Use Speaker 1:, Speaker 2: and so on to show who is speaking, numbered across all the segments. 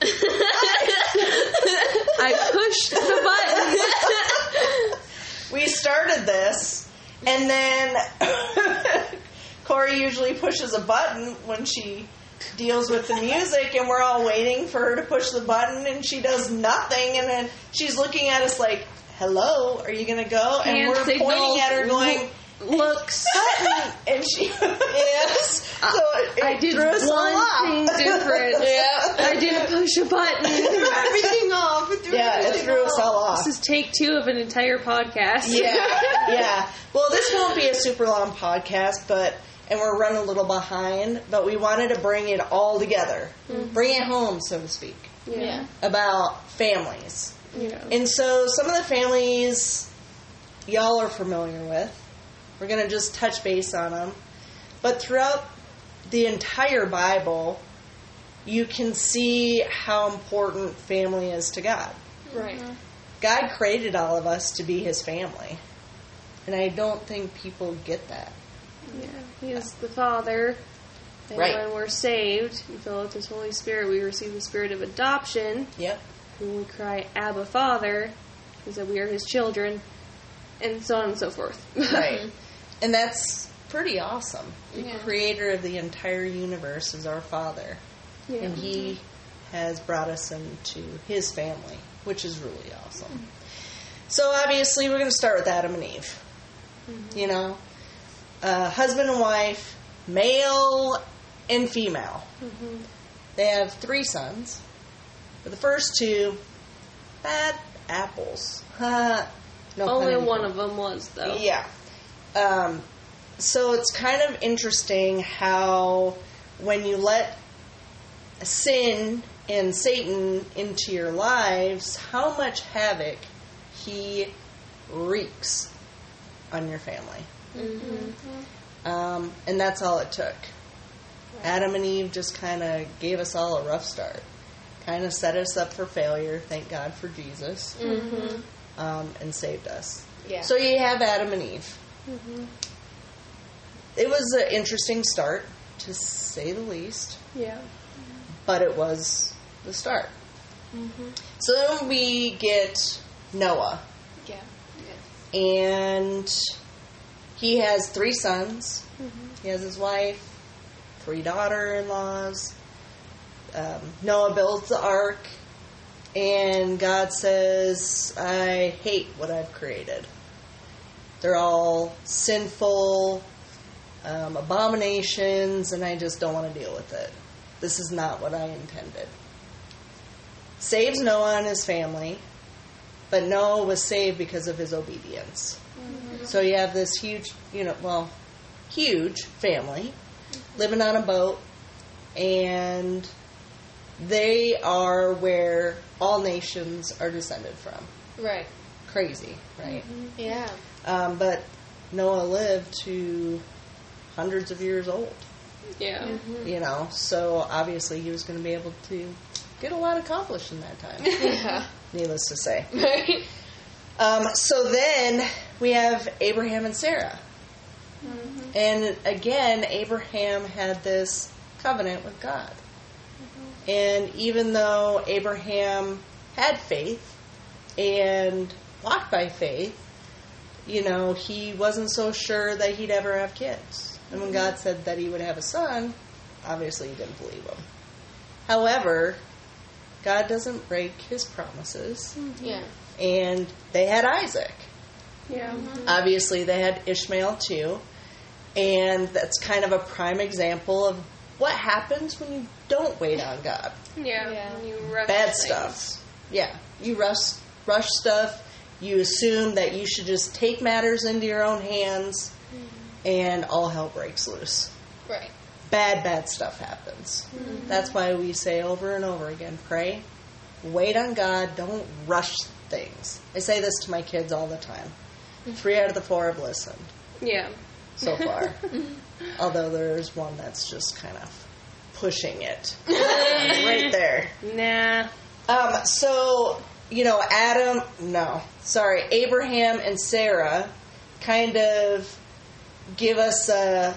Speaker 1: And then Corey usually pushes a button when she deals with the music, and we're all waiting for her to push the button, and she does nothing. And then she's looking at us like, "Hello, are you going to go?" And
Speaker 2: Hand
Speaker 1: we're
Speaker 2: signals,
Speaker 1: pointing at her, going.
Speaker 2: Looks.
Speaker 1: Button, and she yes. So it,
Speaker 2: I did
Speaker 1: threw
Speaker 2: one
Speaker 1: us all off.
Speaker 2: thing different. I didn't push a button.
Speaker 3: Threw everything off. Threw
Speaker 1: Yeah, it
Speaker 3: everything
Speaker 1: threw us
Speaker 3: off.
Speaker 1: all off.
Speaker 2: This is take two of an entire podcast.
Speaker 1: Yeah, yeah. Well, this won't be a super long podcast, but and we're running a little behind, but we wanted to bring it all together, bring it home, so to speak,
Speaker 2: Yeah.
Speaker 1: about families.
Speaker 2: Yeah.
Speaker 1: And so, some of the families y'all are familiar with, we're gonna just touch base on them. But throughout the entire Bible, you can see how important family is to God.
Speaker 3: Right.
Speaker 1: God created all of us to be his family. And I don't think people get that.
Speaker 2: Yeah. He is the Father. And
Speaker 1: Right.
Speaker 2: when we're saved, we fill with His Holy Spirit, we receive the spirit of adoption.
Speaker 1: Yep.
Speaker 2: When we cry, Abba, Father, is that we are His children, and so on and so forth.
Speaker 1: Right. and that's pretty awesome. The
Speaker 3: Yeah.
Speaker 1: creator of the entire universe is our Father.
Speaker 2: Yeah.
Speaker 1: And he has brought us into his family, which is really awesome.
Speaker 2: Mm-hmm.
Speaker 1: So obviously, we're going to start with Adam and Eve.
Speaker 2: Mm-hmm.
Speaker 1: You know, uh, husband and wife, male and female.
Speaker 2: Mm-hmm.
Speaker 1: They have three sons. But the first two, bad apples. no pun
Speaker 2: Only
Speaker 1: intended.
Speaker 2: one of them was though.
Speaker 1: Yeah. Um, so it's kind of interesting how when you let sin and Satan into your lives, how much havoc he wreaks on your family. Um, and that's all it took. Adam and Eve just kind of gave us all a rough start, kind of set us up for failure. Thank God for Jesus, um, and saved us.
Speaker 3: Yeah.
Speaker 1: So you have Adam and Eve. It was an interesting start, to say the least,
Speaker 2: Yeah.
Speaker 1: but it was the start. So then we get Noah,
Speaker 3: yeah.
Speaker 1: and he has three sons. He has his wife, three daughter-in-laws. Um, Noah builds the ark, and God says, "I hate what I've created. They're all sinful um, abominations, and I just don't want to deal with it. This is not what I intended." Saves Noah and his family, but Noah was saved because of his obedience. So you have this huge, you know, well, huge family living on a boat, and they are where all nations are descended from.
Speaker 3: Right.
Speaker 1: Crazy, right?
Speaker 2: Mm-hmm.
Speaker 3: Yeah.
Speaker 1: Um, but Noah lived to hundreds of years old,
Speaker 2: Yeah.
Speaker 3: Mm-hmm.
Speaker 1: you know, so obviously he was going to be able to get a lot accomplished in that time,
Speaker 3: Yeah.
Speaker 1: needless to say.
Speaker 3: Right.
Speaker 1: Um, so then we have Abraham and Sarah. And again, Abraham had this covenant with God. And even though Abraham had faith and walked by faith, you know, he wasn't so sure that he'd ever have kids. And when God said that he would have a son, obviously he didn't believe him. However, God doesn't break his promises
Speaker 3: Yeah.
Speaker 1: and they had Isaac.
Speaker 2: Yeah.
Speaker 1: Obviously, they had Ishmael too, and that's kind of a prime example of what happens when you don't wait on God.
Speaker 2: Yeah.
Speaker 3: Yeah.
Speaker 2: And You rush
Speaker 1: Bad
Speaker 2: things.
Speaker 1: stuff. Yeah, you rush rush stuff. You assume that you should just take matters into your own hands, and all hell breaks loose.
Speaker 3: Right.
Speaker 1: Bad, bad stuff happens. That's why we say over and over again pray, wait on God, don't rush things. I say this to my kids all the time. Three out of the four have listened
Speaker 2: Yeah.
Speaker 1: so far. Although there's one that's just kind of pushing it right there.
Speaker 2: Nah.
Speaker 1: Um, so, you know, Adam, no, sorry, Abraham and Sarah kind of give us a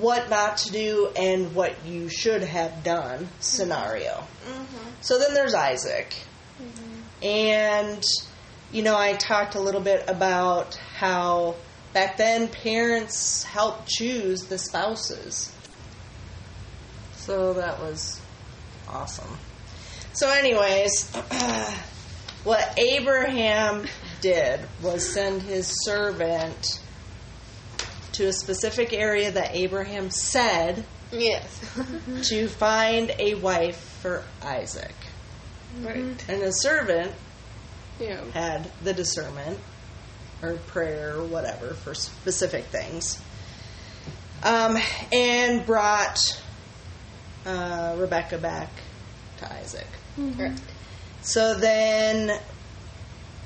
Speaker 1: what not to do and what you should have done scenario. So then there's Isaac. And, you know, I talked a little bit about how back then parents helped choose the spouses. So that was awesome. So, anyways, what Abraham did was send his servant to a specific area that Abraham said
Speaker 3: Yes.
Speaker 1: to find a wife for Isaac.
Speaker 3: right.
Speaker 1: And the servant
Speaker 3: Yeah.
Speaker 1: had the discernment or prayer or whatever for specific things. Um, and brought uh, Rebecca back to Isaac.
Speaker 3: Correct.
Speaker 1: So then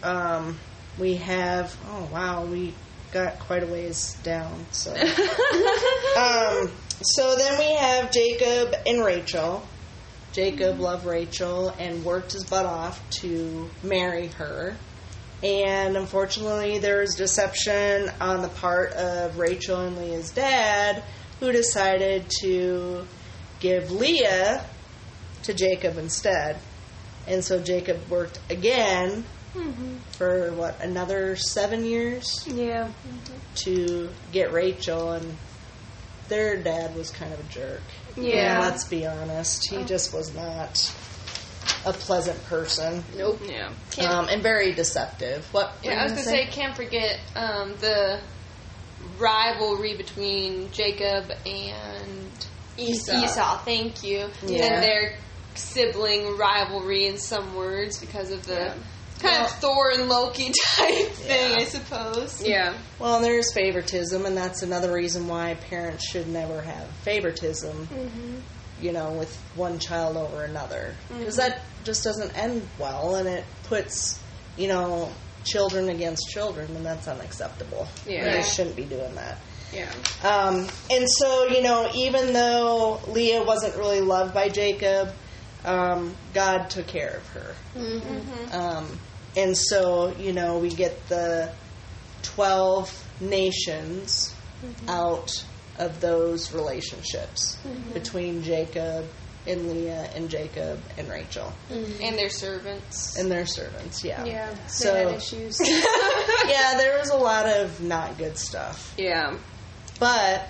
Speaker 1: um, we have, oh wow, we got quite a ways down. So, um, so then we have Jacob and Rachel. Jacob loved Rachel and worked his butt off to marry her. And unfortunately, there was deception on the part of Rachel and Leah's dad, who decided to give Leah to Jacob instead. And so Jacob worked again for what another seven years
Speaker 2: Yeah.
Speaker 1: to get Rachel, and their dad was kind of a jerk.
Speaker 2: Yeah.
Speaker 1: let's be honest,
Speaker 3: Oh.
Speaker 1: he just was not a pleasant person,
Speaker 3: Nope.
Speaker 2: Yeah.
Speaker 3: Can't,
Speaker 1: um, and very deceptive. What? were you
Speaker 3: yeah, I was gonna say, can't forget um, the rivalry between Jacob and
Speaker 1: Esau.
Speaker 3: Esau. Thank you.
Speaker 1: Yeah.
Speaker 3: And their sibling rivalry in some words because of the
Speaker 2: Yeah.
Speaker 3: kind
Speaker 1: Well-
Speaker 3: of Thor and Loki type thing,
Speaker 1: Yeah.
Speaker 3: I suppose.
Speaker 2: Yeah.
Speaker 1: Well, there's favoritism, and that's another reason why parents should never have favoritism. You know, with one child over another, because that just doesn't end well, and it puts, you know, children against children, and that's unacceptable.
Speaker 2: Yeah.
Speaker 1: they shouldn't be doing that.
Speaker 2: Yeah.
Speaker 1: Um, and so, you know, even though Leah wasn't really loved by Jacob, um, God took care of her.
Speaker 2: Mm-hmm.
Speaker 1: Um, and so, you know, we get the 12 nations
Speaker 2: Mm-hmm.
Speaker 1: out of those relationships
Speaker 2: Mm-hmm.
Speaker 1: between Jacob and Leah and Jacob and Rachel
Speaker 3: And their servants.
Speaker 1: and their servants. Yeah.
Speaker 2: Yeah.
Speaker 1: So-
Speaker 2: they had issues.
Speaker 1: yeah, there was a lot of not good stuff.
Speaker 2: yeah.
Speaker 1: But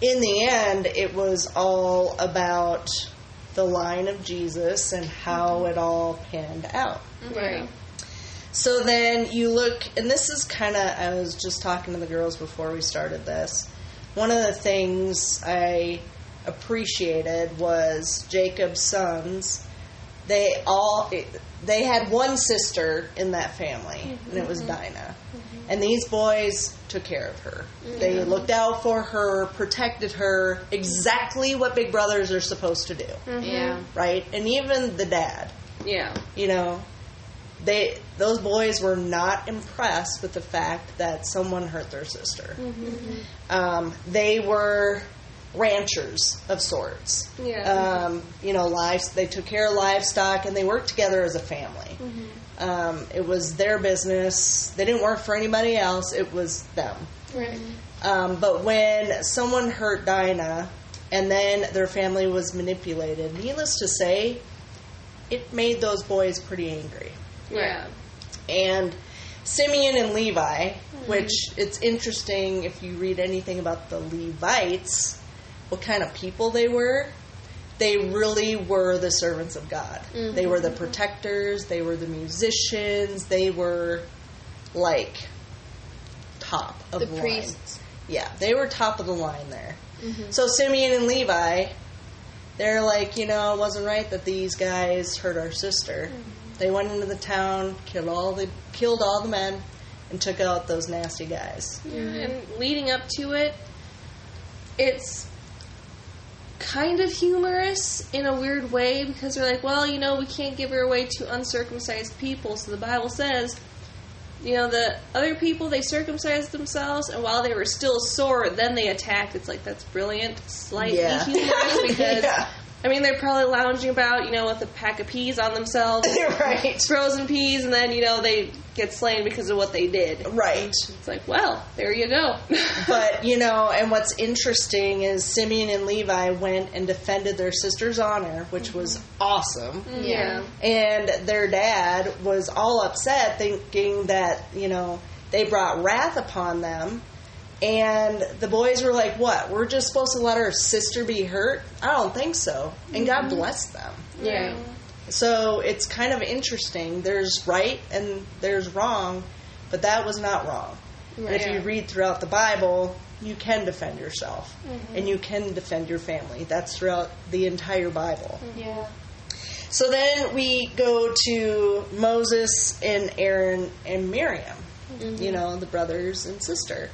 Speaker 1: in the end, it was all about the line of Jesus and how it all panned out.
Speaker 3: Right.
Speaker 1: So then you look, and this is kind of, I was just talking to the girls before we started this. One of the things I appreciated was Jacob's sons. They all, they had one sister in that family, and it was Dinah. And these boys took care of her. They looked out for her, protected her, exactly what big brothers are supposed to do,
Speaker 3: Yeah.
Speaker 1: right? And even the dad
Speaker 2: Yeah.
Speaker 1: you know, they those boys were not impressed with the fact that someone hurt their sister. Um, they were ranchers of sorts.
Speaker 2: Yeah.
Speaker 1: Um, you know, lives they took care of livestock and they worked together as a family. Um, it was their business. They didn't work for anybody else. It was them.
Speaker 3: Right.
Speaker 1: Um, but when someone hurt Dinah and then their family was manipulated, needless to say, it made those boys pretty angry.
Speaker 2: Yeah.
Speaker 1: And Simeon and Levi, which it's interesting if you read anything about the Levites, what kind of people they were. They really were the servants of God. They were the protectors, they were the musicians, they were like top of
Speaker 3: The
Speaker 1: line.
Speaker 3: priests.
Speaker 1: Yeah, they were top of the line there. So Simeon and Levi, they're like, you know, it wasn't right that these guys hurt our sister. They went into the town, killed all the killed all the men, and took out those nasty guys.
Speaker 2: And leading up to it, it's kind of humorous in a weird way because they're like, well, you know, we can't give her away to uncircumcised people. So the Bible says, you know, the other people, they circumcised themselves, and while they were still sore, then they attacked. It's like, that's brilliant, slightly
Speaker 1: Yeah.
Speaker 2: humorous because,
Speaker 1: Yeah.
Speaker 2: I mean, they're probably lounging about, you know, with a pack of peas on themselves.
Speaker 1: right.
Speaker 2: Frozen peas, and then you know they get slain because of what they did.
Speaker 1: Right.
Speaker 2: It's like, well, there you go.
Speaker 1: But you know, and what's interesting is Simeon and Levi went and defended their sister's honor, which was awesome.
Speaker 3: Yeah.
Speaker 1: And their dad was all upset, thinking that you know They brought wrath upon them. And the boys were like, What? We're just supposed to let our sister be hurt? I don't think so. And God blessed them.
Speaker 2: Yeah.
Speaker 1: So it's kind of interesting. There's right and there's wrong, but that was not wrong. And if you
Speaker 2: Right.
Speaker 1: read throughout the Bible, you can defend yourself and you can defend your family. That's throughout the entire Bible.
Speaker 3: Yeah.
Speaker 1: So then we go to Moses and Aaron and Miriam, you know, the brothers and sister.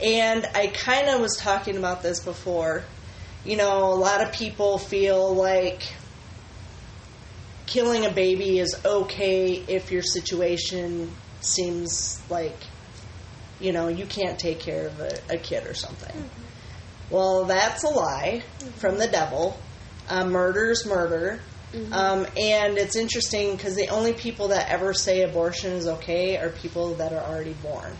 Speaker 1: And I kind of was talking about this before. You know, a lot of people feel like killing a baby is okay if your situation seems like, you know, you can't take care of a, a kid or something. Well, that's a lie from the devil. Uh, murder's murder. Um, and it's interesting because the only people that ever say abortion is okay are people that are already born.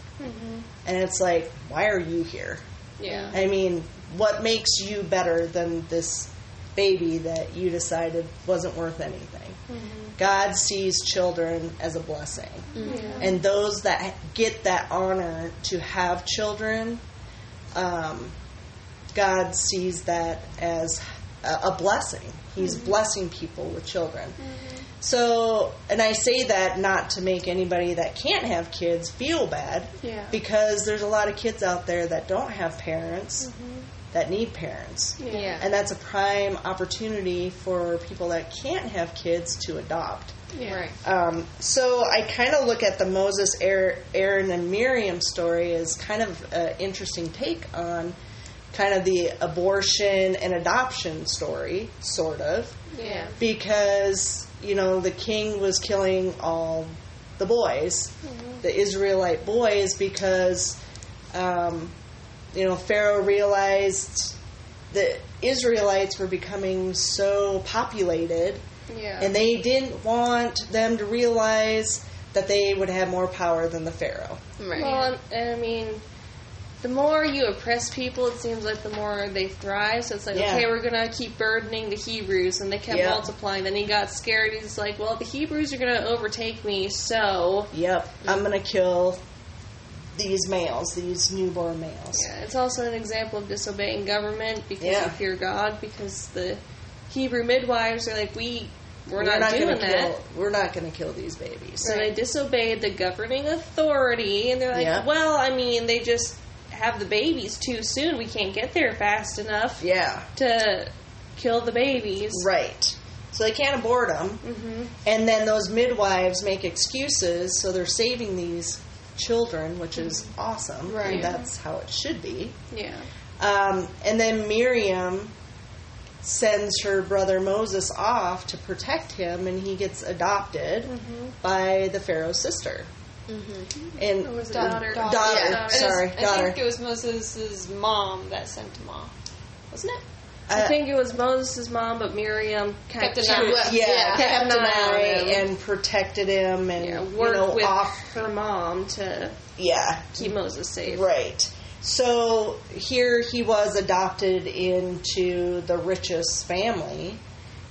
Speaker 1: And it's like, why are you here?
Speaker 3: Yeah.
Speaker 1: I mean, what makes you better than this baby that you decided wasn't worth anything? God sees children as a blessing. And those that get that honor to have children, um, God sees that as a, a blessing. He's blessing people with children. So, and I say that not to make anybody that can't have kids feel bad,
Speaker 2: Yeah.
Speaker 1: because there's a lot of kids out there that don't have parents that need parents.
Speaker 3: Yeah.
Speaker 1: And that's a prime opportunity for people that can't have kids to adopt.
Speaker 3: Right.
Speaker 1: Um, so I kind of look at the Moses, Aar- Aaron, and Miriam story as kind of an interesting take on kind of the abortion and adoption story, sort of,
Speaker 3: Yeah.
Speaker 1: because, you know, the king was killing all the boys,
Speaker 2: Mm-hmm.
Speaker 1: the Israelite boys, because, um, you know, Pharaoh realized the Israelites were becoming so populated
Speaker 2: Yeah.
Speaker 1: and they didn't want them to realize that they would have more power than the pharaoh.
Speaker 3: Right.
Speaker 2: Well, and I mean, the more you oppress people, it seems like the more they thrive. So it's like,
Speaker 1: Yeah.
Speaker 2: okay, we're gonna keep burdening the Hebrews, and they kept
Speaker 1: Yeah.
Speaker 2: multiplying. Then he got scared. He's like, well, the Hebrews are gonna overtake me, so
Speaker 1: Yep, I'm gonna kill these males, these newborn males.
Speaker 2: yeah. It's also an example of disobeying government because
Speaker 1: Yeah.
Speaker 2: you fear God. Because the Hebrew midwives are like, we we're,
Speaker 1: We're
Speaker 2: not, doing
Speaker 1: gonna
Speaker 2: that.
Speaker 1: kill. We're not gonna kill these babies.
Speaker 2: So they disobeyed the governing authority, and they're like,
Speaker 1: Yeah.
Speaker 2: well, I mean, they just have the babies too soon. We can't get there fast enough.
Speaker 1: Yeah,
Speaker 2: to kill the babies.
Speaker 1: right. So they can't abort them,
Speaker 2: Mm-hmm.
Speaker 1: and then those midwives make excuses, so they're saving these children, which is awesome.
Speaker 3: Right.
Speaker 1: And that's how it should be.
Speaker 2: Yeah.
Speaker 1: Um, and then Miriam sends her brother Moses off to protect him, and he gets adopted
Speaker 2: Mm-hmm.
Speaker 1: by the Pharaoh's sister. And
Speaker 2: It Mm-hmm. was daughter.
Speaker 1: daughter,
Speaker 2: Daughter,
Speaker 3: Yeah.
Speaker 1: sorry,
Speaker 3: It was- I
Speaker 1: daughter.
Speaker 3: think it was Moses' mom that sent him off, wasn't it?
Speaker 2: I
Speaker 1: Uh,
Speaker 2: think it was Moses' mom, but Miriam kind
Speaker 3: Kept
Speaker 2: of
Speaker 3: an eye-
Speaker 2: kept-
Speaker 3: well,
Speaker 1: yeah,
Speaker 3: yeah,
Speaker 1: kept
Speaker 2: kept
Speaker 1: an
Speaker 2: an eye
Speaker 1: eye
Speaker 2: on him.
Speaker 1: and protected him, and
Speaker 2: yeah,
Speaker 1: you
Speaker 2: worked
Speaker 1: know,
Speaker 2: with
Speaker 1: off.
Speaker 2: her mom to
Speaker 1: Yeah,
Speaker 2: keep Moses safe.
Speaker 1: Right. So here he was adopted into the richest family,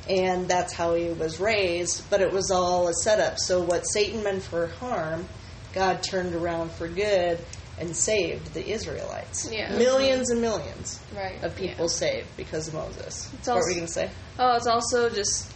Speaker 1: and that's how he was raised, but it was all a setup. So what Satan meant for harm, God turned around for good and saved the Israelites.
Speaker 2: Yeah.
Speaker 1: Millions and millions
Speaker 3: Right.
Speaker 1: of people saved because of Moses.
Speaker 2: It's
Speaker 1: what were
Speaker 2: also-
Speaker 1: we going to say?
Speaker 2: Oh, it's also just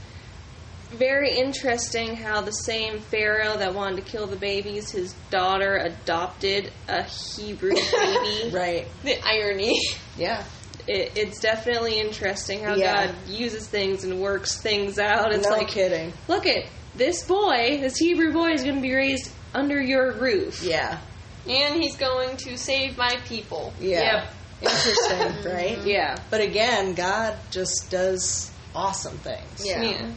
Speaker 2: very interesting how the same Pharaoh that wanted to kill the babies, his daughter adopted a Hebrew baby.
Speaker 1: Right.
Speaker 3: The irony.
Speaker 1: Yeah.
Speaker 2: it, it's definitely interesting how
Speaker 1: Yeah.
Speaker 2: God uses things and works things out. It's
Speaker 1: no
Speaker 2: like
Speaker 1: kidding.
Speaker 2: look at this boy, this Hebrew boy is going to be raised under your roof.
Speaker 1: Yeah.
Speaker 3: And he's going to save my people.
Speaker 1: Yeah. Interesting, right?
Speaker 2: Yeah.
Speaker 1: But again, God just does awesome things.
Speaker 2: Yeah. Mm-hmm.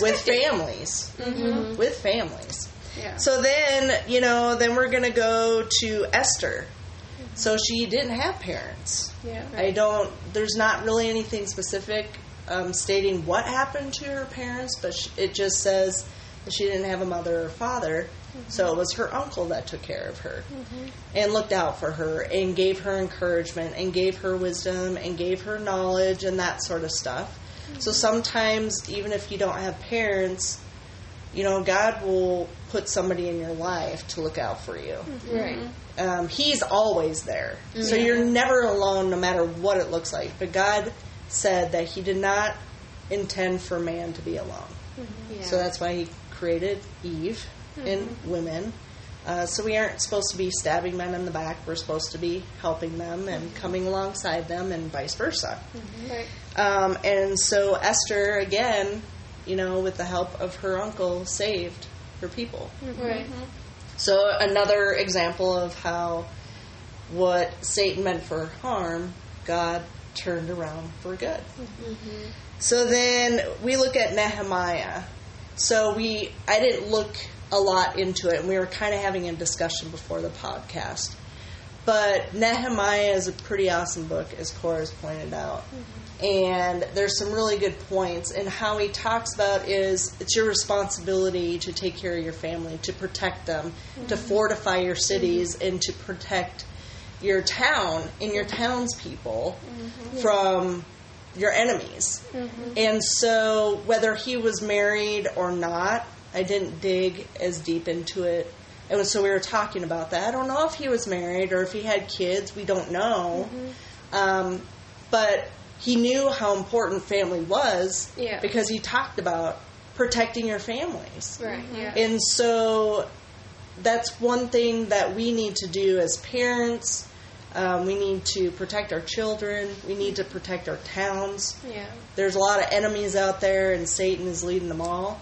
Speaker 1: with
Speaker 3: Unexpected.
Speaker 1: families. With families.
Speaker 2: Yeah.
Speaker 1: So then, you know, then we're going to go to Esther. So she didn't have parents.
Speaker 2: yeah.
Speaker 1: I don't, there's not really anything specific um, stating what happened to her parents, but sh it just says that she didn't have a mother or father. So it was her uncle that took care of her and looked out for her and gave her encouragement and gave her wisdom and gave her knowledge and that sort of stuff. So sometimes, even if you don't have parents, you know, God will put somebody in your life to look out for you.
Speaker 3: Right.
Speaker 1: Um, he's always there. So you're never alone, no matter what it looks like. But God said that He did not intend for man to be alone.
Speaker 3: Yeah.
Speaker 1: So that's why he created Eve and women. Uh, so we aren't supposed to be stabbing men in the back. We're supposed to be helping them and coming alongside them, and vice versa.
Speaker 3: right.
Speaker 1: Um, and so Esther, again, you know, with the help of her uncle, saved her people. Mm-hmm.
Speaker 3: Right.
Speaker 1: So another example of how what Satan meant for harm, God turned around for good. So then we look at Nehemiah. So we I didn't look a lot into it, and we were kind of having a discussion before the podcast. But Nehemiah is a pretty awesome book, as Cora's pointed out. And there's some really good points. And how he talks about is it's your responsibility to take care of your family, to protect them, to fortify your cities, and to protect your town and your townspeople from your enemies. And so, whether he was married or not, I didn't dig as deep into it. And so, we were talking about that. I don't know if he was married or if he had kids. We don't know. Um, but he knew how important family was
Speaker 2: Yeah.
Speaker 1: because he talked about protecting your families.
Speaker 3: Right. Yeah.
Speaker 1: And so that's one thing that we need to do as parents. Um, we need to protect our children. We need to protect our towns.
Speaker 2: Yeah.
Speaker 1: There's a lot of enemies out there, and Satan is leading them all.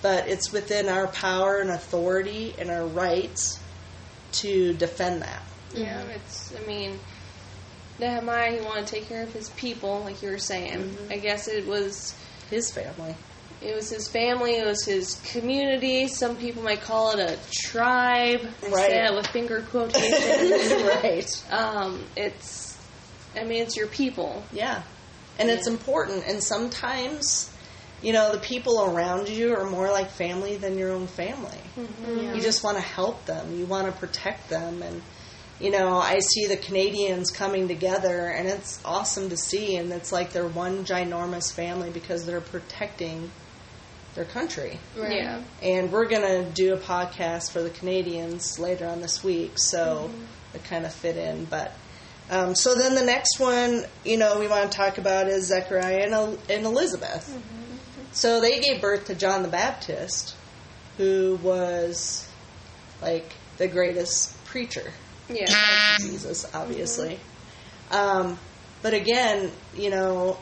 Speaker 1: But it's within our power and authority and our rights to defend that.
Speaker 2: Yeah, it's. I mean, Nehemiah he wanted to take care of his people, like you were saying. I guess it was
Speaker 1: His family.
Speaker 2: it was his family, it was his community. Some people might call it a tribe. I
Speaker 1: Right.
Speaker 2: say that with finger quotations.
Speaker 1: right.
Speaker 2: um, it's. I mean, it's your people.
Speaker 1: Yeah. And it's
Speaker 2: Yeah.
Speaker 1: important. And sometimes, you know, the people around you are more like family than your own family. You just want to help them, you want to protect them. And, you know, I see the Canadians coming together, and it's awesome to see. And it's like they're one ginormous family because they're protecting their country.
Speaker 3: Right.
Speaker 2: Yeah.
Speaker 1: And we're going to do a podcast for the Canadians later on this week, so it kind of fit in. But um, so then the next one, you know, we want to talk about is Zechariah and, El- and Elizabeth. So they gave birth to John the Baptist, who was like the greatest preacher.
Speaker 2: Yeah. Mm-hmm.
Speaker 1: like Jesus, obviously. Um, but again, you know,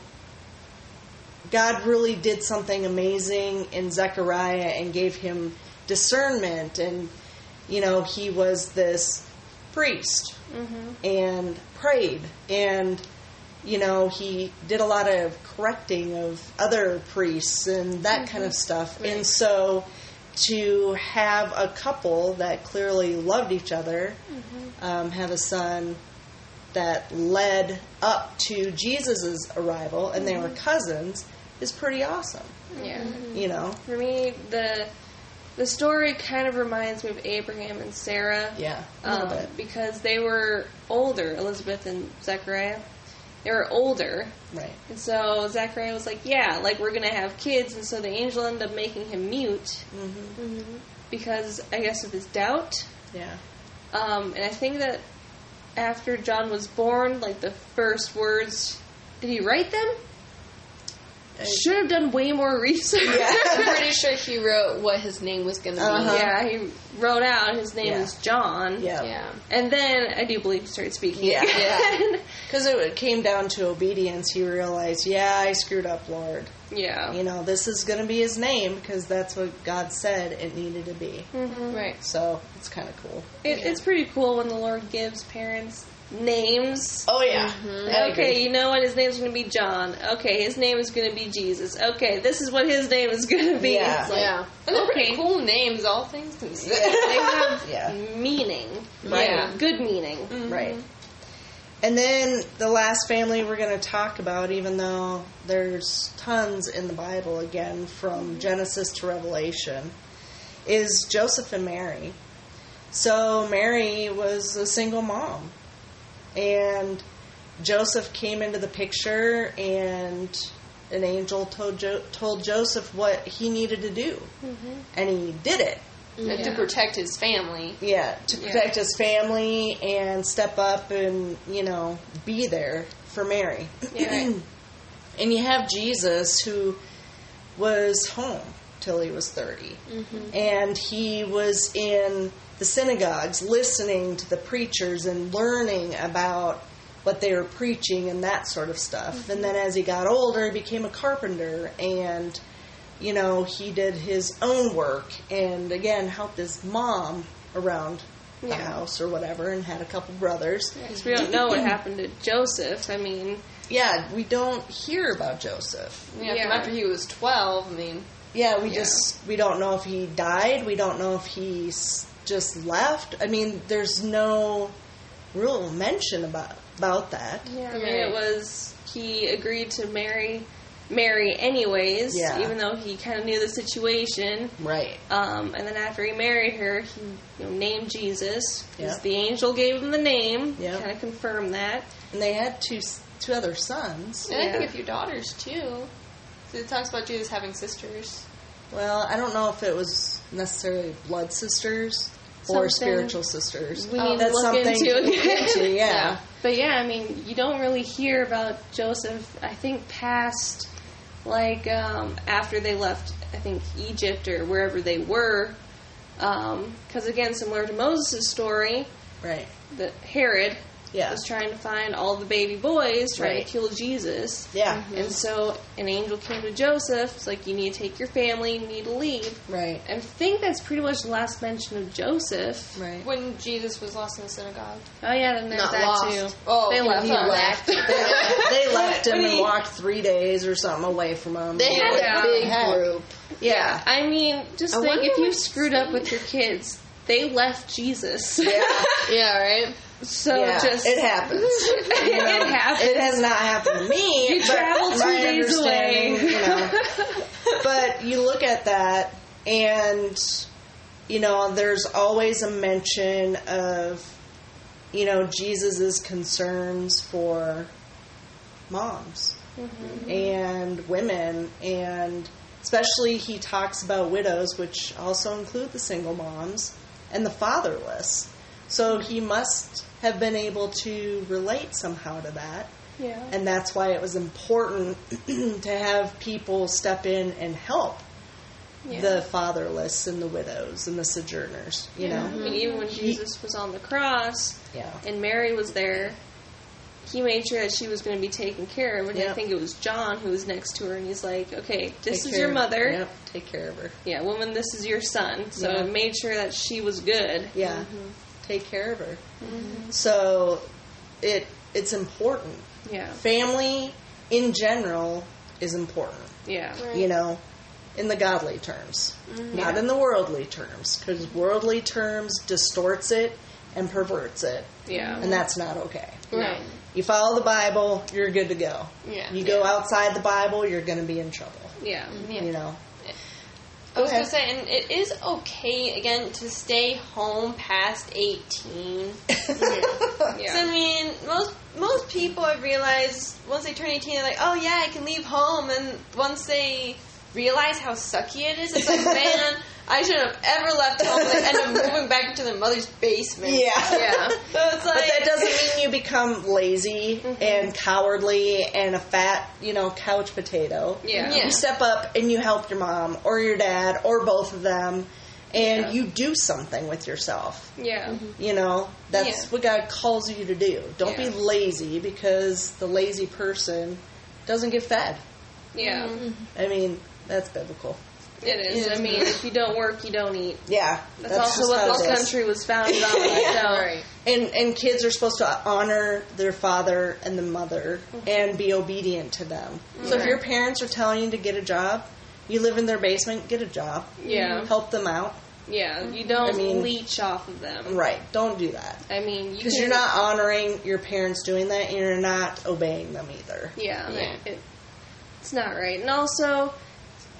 Speaker 1: God really did something amazing in Zechariah and gave him discernment, and you know, he was this priest and prayed, and you know, he did a lot of correcting of other priests and that kind of stuff, and so. To have a couple that clearly loved each other, um, have a son that led up to Jesus' arrival, and they were
Speaker 2: Mm-hmm.
Speaker 1: cousins, is pretty awesome.
Speaker 2: Yeah.
Speaker 1: You know?
Speaker 2: For me, the the story kind of reminds me of Abraham and Sarah.
Speaker 1: Yeah, a little
Speaker 2: um,
Speaker 1: bit.
Speaker 2: because they were older, Elizabeth and Zechariah. They were older,
Speaker 1: Right.
Speaker 2: and so Zechariah was like, "Yeah, like we're gonna have kids," and so the angel ended up making him mute
Speaker 1: Mm-hmm.
Speaker 2: because I guess of his doubt.
Speaker 1: Yeah.
Speaker 2: Um, and I think that after John was born, like the first words, did he write them?
Speaker 1: I-
Speaker 2: Should have done way more research.
Speaker 3: I'm pretty sure he wrote what his name was going to
Speaker 1: Uh-huh.
Speaker 2: Yeah, he wrote out his name
Speaker 1: Yeah.
Speaker 2: is John.
Speaker 1: Yeah.
Speaker 3: be. Yeah.
Speaker 2: And then I do believe he started speaking.
Speaker 1: Yeah.
Speaker 3: Yeah.
Speaker 1: Because it came down to obedience, he realized, yeah, I screwed up, Lord.
Speaker 2: yeah.
Speaker 1: You know, this is going to be his name because that's what God said it needed to be.
Speaker 2: Mm-hmm.
Speaker 3: Right.
Speaker 1: So it's kind of cool.
Speaker 2: It, It's pretty cool when the Lord gives parents names.
Speaker 1: Oh, yeah.
Speaker 2: Mm-hmm. okay, you know what? His name's going to be John. Okay, his name is going to be Jesus. Okay, this is what his name is going to be.
Speaker 1: Yeah.
Speaker 2: It's like,
Speaker 3: yeah. And they're
Speaker 2: okay.
Speaker 3: pretty cool names, all things considered.
Speaker 2: They have
Speaker 1: Yeah.
Speaker 2: meaning.
Speaker 1: Right. Mm.
Speaker 3: Yeah.
Speaker 2: Good meaning.
Speaker 1: Right. And then the last family we're going to talk about, even though there's tons in the Bible again from Genesis to Revelation, is Joseph and Mary. So Mary was a single mom. And Joseph came into the picture and an angel told, jo- told Joseph what he needed to do, and he did it.
Speaker 3: And to
Speaker 2: Yeah.
Speaker 3: protect his family.
Speaker 1: Yeah, to protect his family and step up and, you know, be there for Mary.
Speaker 2: Yeah.
Speaker 1: and you have Jesus who was home till he was 30. And he was in the synagogues listening to the preachers and learning about what they were preaching and that sort of stuff. And then as he got older, he became a carpenter and you know, he did his own work and again helped his mom around the
Speaker 2: Yeah.
Speaker 1: house or whatever and had a couple brothers.
Speaker 2: Because we don't know what happened to Joseph. I mean,
Speaker 1: Yeah, we don't hear about Joseph.
Speaker 3: Yeah,
Speaker 2: Yeah.
Speaker 3: From after he was 12, I mean,
Speaker 1: Yeah, we
Speaker 2: Yeah.
Speaker 1: just we don't know if he died. We don't know if he s- just left. I mean, there's no real mention about about that.
Speaker 2: I mean, it
Speaker 3: Right.
Speaker 2: was he agreed to marry Mary anyways,
Speaker 1: Yeah.
Speaker 2: even though he kind of knew the situation.
Speaker 1: Right.
Speaker 2: Um, and then after he married her, he you know, named Jesus 'cause
Speaker 1: Yeah.
Speaker 2: the angel gave him the name.
Speaker 1: Yeah.
Speaker 2: Kind of confirmed that.
Speaker 1: And they had two s- two other sons.
Speaker 3: and I
Speaker 2: Yeah.
Speaker 3: think a few daughters too. So it talks about Jesus having sisters.
Speaker 1: Well, I don't know if it was necessarily blood sisters
Speaker 2: Something
Speaker 1: or spiritual sisters.
Speaker 2: we
Speaker 1: Oh,
Speaker 2: need to
Speaker 1: that's
Speaker 2: look
Speaker 1: something
Speaker 2: into
Speaker 1: to look
Speaker 2: again.
Speaker 1: into, yeah.
Speaker 2: But yeah, I mean, you don't really hear about Joseph. I think past like um, after they left, I think Egypt or wherever they were, because again, similar to Moses' story,
Speaker 1: Right.
Speaker 2: that Herod
Speaker 1: Yeah.
Speaker 2: was trying to find all the baby boys trying
Speaker 1: Right.
Speaker 2: to kill Jesus.
Speaker 1: Yeah.
Speaker 2: And so an angel came to Joseph. It's like you need to take your family, you need to leave.
Speaker 1: Right.
Speaker 2: I think that's pretty much the last mention of Joseph.
Speaker 1: Right.
Speaker 3: When Jesus was lost in the synagogue.
Speaker 2: Oh yeah, then there's
Speaker 3: Not
Speaker 2: that
Speaker 3: lost.
Speaker 2: too.
Speaker 3: Oh,
Speaker 2: they
Speaker 3: he-
Speaker 2: left.
Speaker 3: he
Speaker 2: him.
Speaker 3: left.
Speaker 1: they left him
Speaker 3: What do
Speaker 1: and
Speaker 3: you-
Speaker 1: walked three days or something away from him.
Speaker 4: They had
Speaker 2: Yeah.
Speaker 4: a big
Speaker 1: Had-
Speaker 4: group.
Speaker 1: yeah.
Speaker 2: I mean, just
Speaker 1: I
Speaker 2: think
Speaker 1: wonder
Speaker 2: if you
Speaker 1: what
Speaker 2: screwed up with your kids, they left Jesus.
Speaker 1: Yeah.
Speaker 4: Yeah, right?
Speaker 2: so
Speaker 1: yeah.
Speaker 2: just
Speaker 1: it happens.
Speaker 2: it happened.
Speaker 1: It has not happened to me.
Speaker 2: You
Speaker 1: but
Speaker 2: travel two
Speaker 1: my
Speaker 2: days away.
Speaker 1: understanding, You know, but you look at that, and you know, there's always a mention of you know Jesus's concerns for moms and women, and especially he talks about widows, which also include the single moms and the fatherless. So he must have been able to relate somehow to that.
Speaker 2: yeah.
Speaker 1: And that's why it was important to have people step in and help
Speaker 2: yeah.
Speaker 1: the fatherless and the widows and the sojourners, you
Speaker 2: Yeah. I
Speaker 1: know?
Speaker 2: mean, even when Jesus was on the cross
Speaker 1: Yeah.
Speaker 2: and Mary was there, he made sure that she was going to be taken care of. And I
Speaker 1: Yep.
Speaker 2: think it was John who was next to her, and he's like, "Okay, this
Speaker 1: Take
Speaker 2: is
Speaker 1: care
Speaker 2: your
Speaker 1: of-
Speaker 2: mother.
Speaker 1: Yep, take care of her.
Speaker 2: Yeah, woman, this is your son." So
Speaker 1: Yeah.
Speaker 2: it made sure that she was good.
Speaker 1: Yeah.
Speaker 2: Mm-hmm.
Speaker 1: Take care of her. So it it's important.
Speaker 2: Yeah.
Speaker 1: Family in general is important,
Speaker 2: Yeah.
Speaker 1: you know, in the godly terms,
Speaker 2: Mm-hmm.
Speaker 1: not in the worldly terms, because worldly terms distorts it and perverts it,
Speaker 2: Yeah.
Speaker 1: and that's not okay.
Speaker 3: Right.
Speaker 1: You follow the Bible, you're good to go.
Speaker 3: Yeah.
Speaker 1: You go outside the Bible, you're going to be in trouble.
Speaker 2: Yeah.
Speaker 3: Yeah.
Speaker 1: You know,
Speaker 3: I was
Speaker 1: Okay.
Speaker 3: gonna say, and it is okay again to stay home past eighteen.
Speaker 2: Yeah.
Speaker 3: 'Cause, I mean, most most people I realize once they turn eighteen, they're like, oh yeah, I can leave home. And once they realize how sucky it is, it's like, man, I shouldn't have ever left home. And they end up moving back into their mother's basement.
Speaker 1: Yeah.
Speaker 2: Yeah.
Speaker 3: So it's like,
Speaker 1: but that doesn't mean you become lazy
Speaker 3: Mm-hmm.
Speaker 1: and cowardly and a fat, you know, couch potato.
Speaker 2: Yeah.
Speaker 3: Yeah.
Speaker 1: You step up and you help your mom or your dad or both of them, and
Speaker 2: Yeah.
Speaker 1: you do something with yourself.
Speaker 2: Yeah.
Speaker 1: You know, that's
Speaker 3: Yeah.
Speaker 1: what God calls you to do. Don't
Speaker 2: Yeah.
Speaker 1: be lazy because the lazy person doesn't get fed.
Speaker 2: Yeah.
Speaker 1: I mean, that's biblical.
Speaker 2: It is. I mean, if you don't work, you don't eat.
Speaker 1: Yeah,
Speaker 2: That's, also what
Speaker 1: this
Speaker 2: this country was founded on. so.
Speaker 1: And and kids are supposed to honor their father and the mother
Speaker 2: Mm-hmm.
Speaker 1: and be obedient to them. So if your parents are telling you to get a job, you live in their basement, get a job. Mm-hmm.
Speaker 2: Yeah.
Speaker 1: Help them out.
Speaker 2: Yeah. You don't
Speaker 1: Mm-hmm. I mean-
Speaker 2: leech off of them.
Speaker 1: Right. Don't do that.
Speaker 2: I mean, you
Speaker 1: Because
Speaker 2: can-
Speaker 1: you're not honoring your parents doing that and you're not obeying them either.
Speaker 2: Yeah.
Speaker 3: Yeah.
Speaker 2: It, it's not right. And also,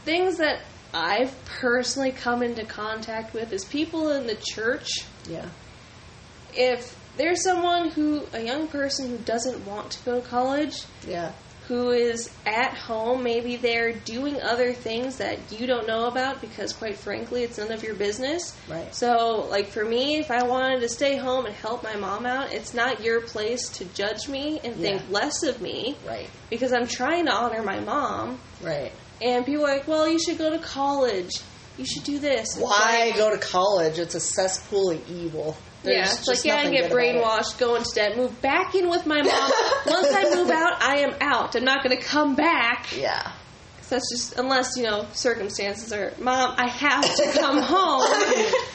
Speaker 2: things that I've personally come into contact with is people in the church.
Speaker 1: Yeah.
Speaker 2: If there's someone who, a young person who doesn't want to go to college,
Speaker 1: Yeah.
Speaker 2: who is at home. Maybe they're doing other things that you don't know about because, quite frankly, it's none of your business.
Speaker 1: Right.
Speaker 2: So, like for me, if I wanted to stay home and help my mom out, it's not your place to judge me and think
Speaker 1: Yeah.
Speaker 2: less of me
Speaker 1: Right.
Speaker 2: because I'm trying to honor my mom.
Speaker 1: Right.
Speaker 2: And people are like, well, you should go to college. You should do this. It's
Speaker 1: Why
Speaker 2: like-
Speaker 1: go to college? It's a cesspool of evil. There's
Speaker 2: yeah, it's like
Speaker 1: just
Speaker 2: yeah, I
Speaker 1: nothing
Speaker 2: get
Speaker 1: good about it.
Speaker 2: brainwashed, go into debt, move back in with my mom. Once I move out, I am out. I'm not going to come back.
Speaker 1: Yeah.
Speaker 2: So that's just unless you know circumstances are. Mom, I have to come home.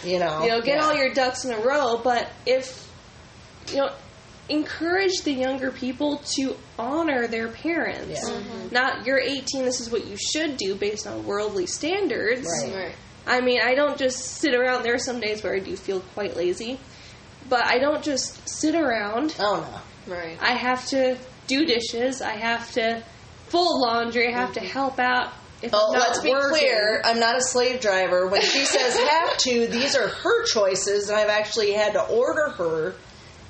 Speaker 1: You know.
Speaker 2: you know, get
Speaker 1: yeah.
Speaker 2: all your ducks in a row. But if you know, encourage the younger people to honor their parents.
Speaker 1: Yeah. Mm-hmm.
Speaker 2: Not you're 18. This is what you should do based on worldly standards.
Speaker 1: Right.
Speaker 3: Right.
Speaker 2: I mean, I don't just sit around. There are some days where I do feel quite lazy, but I don't just sit around.
Speaker 1: Oh
Speaker 3: Right.
Speaker 2: I have to do dishes. I have to fold laundry. I have to help out. If
Speaker 1: no. Mm-hmm. Oh,
Speaker 2: I'm not
Speaker 1: let's be
Speaker 2: working.
Speaker 1: clear. I'm not a slave driver. When she says have to, these are her choices, and I've actually had to order her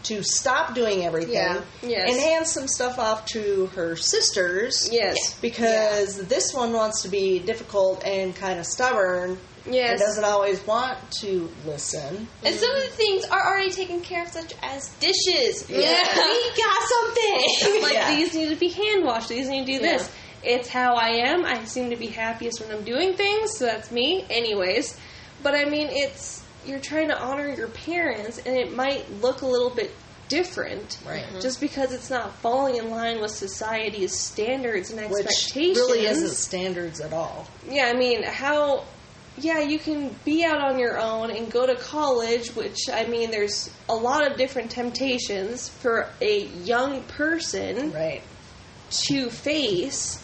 Speaker 1: to stop doing everything
Speaker 3: Yeah.
Speaker 2: Yes.
Speaker 1: and hand some stuff off to her sisters.
Speaker 2: Yes.
Speaker 1: Because this one wants to be difficult and kind of stubborn and
Speaker 2: Yes.
Speaker 1: doesn't always want to listen.
Speaker 3: And some of the things are already taken care of, such as dishes.
Speaker 1: Yeah.
Speaker 3: We got something.
Speaker 2: like
Speaker 1: Yeah.
Speaker 2: these need to be hand washed. These need to do this. It's how I am. I seem to be happiest when I'm doing things, so that's me, anyways. But I mean, it's you're trying to honor your parents, and it might look a little bit different,
Speaker 1: Right. Mhm.
Speaker 2: Just because it's not falling in line with society's standards and
Speaker 1: Which
Speaker 2: expectations.
Speaker 1: really isn't standards at all.
Speaker 2: Yeah, I mean, how. Yeah, you can be out on your own and go to college, which, I mean, there's a lot of different temptations for a young person
Speaker 1: Right.
Speaker 2: to face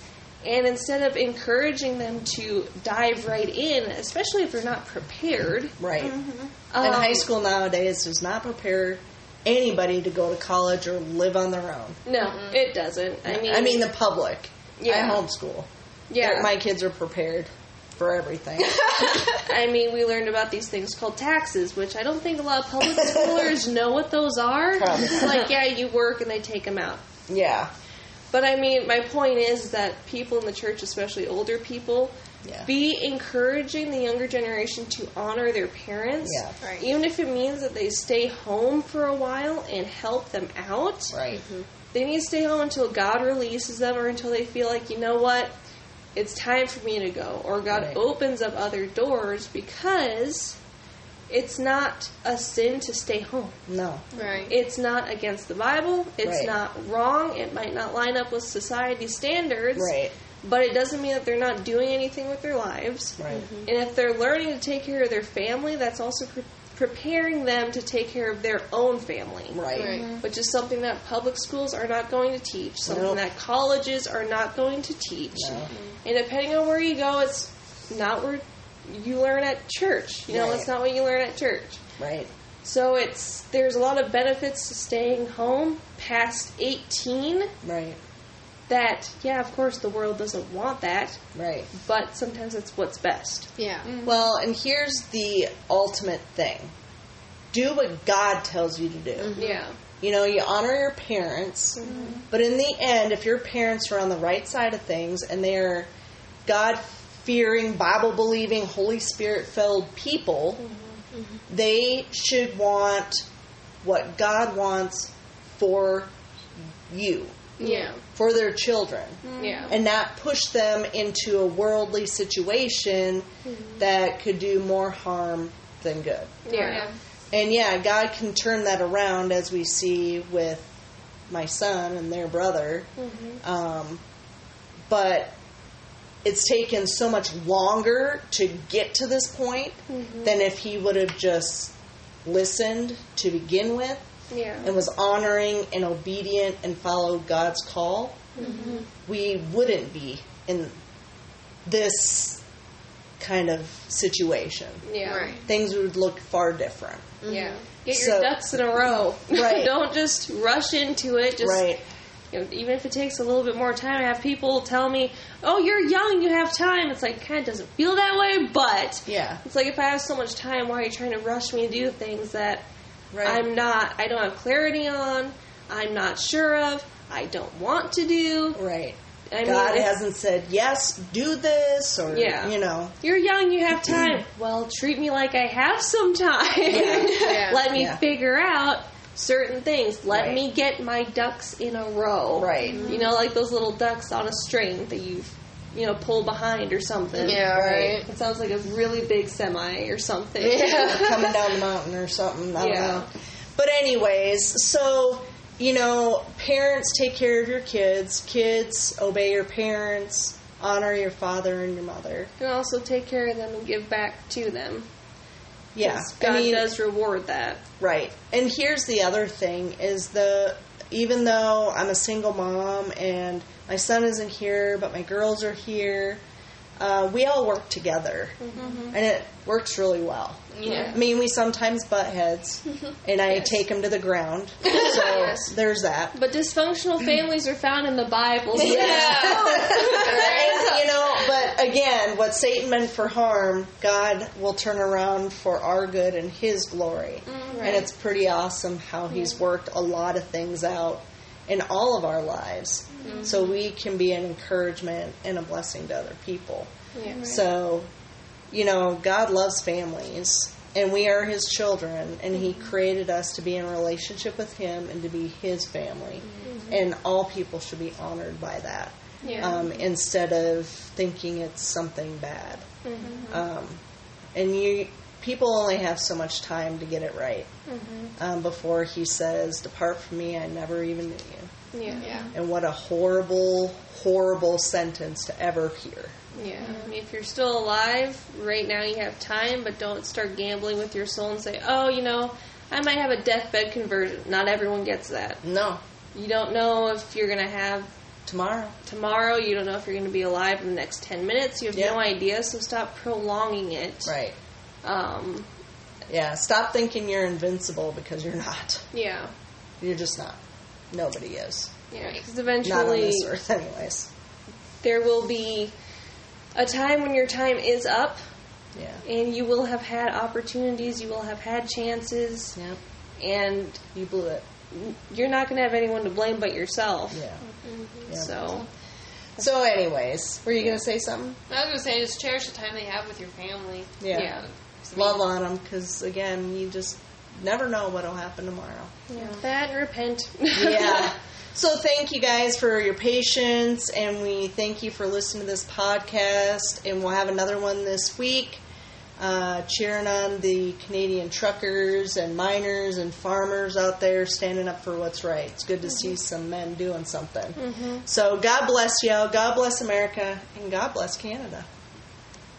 Speaker 2: and instead of encouraging them to dive right in especially if they're not prepared
Speaker 1: Right.
Speaker 2: Um,
Speaker 1: and high school nowadays does not prepare anybody to go to college or live on their own.
Speaker 2: no it doesn't i mean
Speaker 1: Mm-hmm. I mean the public.
Speaker 2: Yeah.
Speaker 1: I homeschool.
Speaker 2: yeah
Speaker 1: My kids are prepared for everything.
Speaker 2: i mean we learned about these things called taxes which i don't think a lot of public schoolers know what those are
Speaker 1: Probably
Speaker 2: it's like yeah you work and they take them out
Speaker 1: yeah.
Speaker 2: But I mean, my point is that people in the church, especially older people,
Speaker 1: Yeah.
Speaker 2: be encouraging the younger generation to honor their parents.
Speaker 1: Yeah.
Speaker 3: Right.
Speaker 2: Even if it means that they stay home for a while and help them out,
Speaker 1: Right.
Speaker 2: they need to stay home until God releases them or until they feel like, you know what, it's time for me to go. Or God
Speaker 1: Right.
Speaker 2: opens up other doors because it's not a sin to stay home.
Speaker 1: No.
Speaker 3: right.
Speaker 2: It's not against the Bible. It's
Speaker 1: Right.
Speaker 2: not wrong. It might not line up with society standards.
Speaker 1: Right.
Speaker 2: But it doesn't mean that they're not doing anything with their lives. Mm-hmm.
Speaker 1: Right.
Speaker 2: And if they're learning to take care of their family, that's also pre- preparing them to take care of their own family.
Speaker 1: Right.
Speaker 3: Right.
Speaker 2: Which is something that public schools are not going to teach, something
Speaker 1: Nope.
Speaker 2: that colleges are not going to teach. Mm-hmm.
Speaker 1: No.
Speaker 2: And depending on where you go, it's not where you learn at church. You know,
Speaker 1: Right.
Speaker 2: it's not what you learn at church.
Speaker 1: Right.
Speaker 2: So it's there's a lot of benefits to staying home past 18
Speaker 1: Right.
Speaker 2: that yeah, of course the world doesn't want that,
Speaker 1: Right.
Speaker 2: but sometimes it's what's best.
Speaker 3: Yeah.
Speaker 1: Well, and here's the ultimate thing. Do what God tells you to do.
Speaker 2: Yeah.
Speaker 1: You know, you honor your parents, but in the end, if your parents are on the right side of things and they are God fearing, Bible believing, Holy Spirit filled people, they should want what God wants for you,
Speaker 3: Mm-hmm.
Speaker 2: Yeah.
Speaker 1: for their children
Speaker 2: Yeah.
Speaker 1: and not push them into a worldly situation that could do more harm than good.
Speaker 2: Yeah.
Speaker 1: And yeah, God can turn that around as we see with my son and their brother.
Speaker 2: Mm-hmm.
Speaker 1: Um, but it's taken so much longer to get to this point
Speaker 2: Mm-hmm.
Speaker 1: than if he would have just listened to begin with
Speaker 2: Yeah.
Speaker 1: and was honoring and obedient and followed God's call,
Speaker 2: Mm-hmm.
Speaker 1: we wouldn't be in this kind of situation.
Speaker 2: Yeah.
Speaker 3: Right.
Speaker 1: Things would look far different.
Speaker 2: Yeah. Get
Speaker 1: So-
Speaker 2: your ducks in a row.
Speaker 1: Right.
Speaker 2: Don't just rush into it. Just
Speaker 1: right.
Speaker 2: you know, even if it takes a little bit more time, I have people tell me, "Oh, you're young, you have time." It's like kind of doesn't feel that way, but
Speaker 1: Yeah.
Speaker 2: It's like if I have so much time, why are you trying to rush me to do things that
Speaker 1: Right.
Speaker 2: I'm not, I don't have clarity on, I'm not sure of, I don't want to do?
Speaker 1: Right.
Speaker 2: I
Speaker 1: God
Speaker 2: mean,
Speaker 1: hasn't said yes, do this, or
Speaker 2: Yeah.
Speaker 1: you know,
Speaker 2: you're young, you have time. well, treat me like I have some time.
Speaker 3: Yeah.
Speaker 2: Let me
Speaker 1: Yeah.
Speaker 2: figure out certain things. Let
Speaker 1: Right.
Speaker 2: me get my ducks in a row.
Speaker 1: Right.
Speaker 2: You know, like those little ducks on a string that you, you know, pull behind or something.
Speaker 3: Yeah, right.
Speaker 2: It sounds like a really big semi or something.
Speaker 1: coming down the mountain or something. I
Speaker 2: Yeah.
Speaker 1: don't know. But anyways, so you know, parents take care of your kids. Kids obey your parents. Honor your father and your mother.
Speaker 2: You can also take care of them and give back to them.
Speaker 1: Yeah,
Speaker 2: God
Speaker 1: I mean,
Speaker 2: does reward that.
Speaker 1: Right. And here's the other thing is the even though I'm a single mom and my son isn't here, but my girls are here, uh, we all work together, and it works really well.
Speaker 3: Yeah.
Speaker 1: I mean, we sometimes butt heads, and I take him to the ground. So there's that.
Speaker 2: But dysfunctional families are found in the Bible. so
Speaker 1: And, you know, but again, what Satan meant for harm, God will turn around for our good and His glory.
Speaker 2: Mm, right.
Speaker 1: And it's pretty awesome how He's worked a lot of things out in all of our lives,
Speaker 2: Mm-hmm.
Speaker 1: so we can be an encouragement and a blessing to other people.
Speaker 2: Yeah.
Speaker 1: So, you know, God loves families, and we are His children, and He created us to be in a relationship with Him and to be His family. And all people should be honored by that
Speaker 2: Yeah.
Speaker 1: um, instead of thinking it's something bad. Um, and you, people only have so much time to get it right um, before He says, Depart from me, I never even knew you.
Speaker 2: yeah.
Speaker 3: Yeah.
Speaker 1: And what a horrible, horrible sentence to ever hear.
Speaker 2: Yeah. I mean, if you're still alive, right now you have time, but don't start gambling with your soul and say, oh, you know, I might have a deathbed conversion. Not everyone gets that.
Speaker 1: No,
Speaker 2: You don't know if you're going to have
Speaker 1: tomorrow.
Speaker 2: tomorrow. You don't know if you're going to be alive in the next 10 minutes. You have
Speaker 1: Yeah.
Speaker 2: no idea, so stop prolonging it.
Speaker 1: Right.
Speaker 2: Um,
Speaker 1: Yeah, stop thinking you're invincible because you're not.
Speaker 2: yeah.
Speaker 1: You're just not. Nobody is.
Speaker 2: Yeah.
Speaker 3: Right.
Speaker 2: Because
Speaker 1: Not on
Speaker 2: eventually
Speaker 1: this earth, anyways.
Speaker 2: there will be a time when your time is up
Speaker 1: Yeah.
Speaker 2: and you will have had opportunities, you will have had chances,
Speaker 1: Yeah.
Speaker 2: and
Speaker 1: You blew it.
Speaker 2: you're not going to have anyone to blame but yourself.
Speaker 1: Yeah. Yeah.
Speaker 2: Mm-hmm. So,
Speaker 1: So, anyways, were you going to say something?
Speaker 3: I was gonna say, just cherish the time they have with your family.
Speaker 1: Yeah.
Speaker 2: Yeah.
Speaker 1: Love on them because, again, you just never know what'll happen tomorrow.
Speaker 2: that and repent.
Speaker 1: yeah. So thank you guys for your patience, and we thank you for listening to this podcast. And we'll have another one this week, uh, cheering on the Canadian truckers and miners and farmers out there standing up for what's right. It's good to see some men doing something. So God bless y'all. God bless America, and God bless Canada.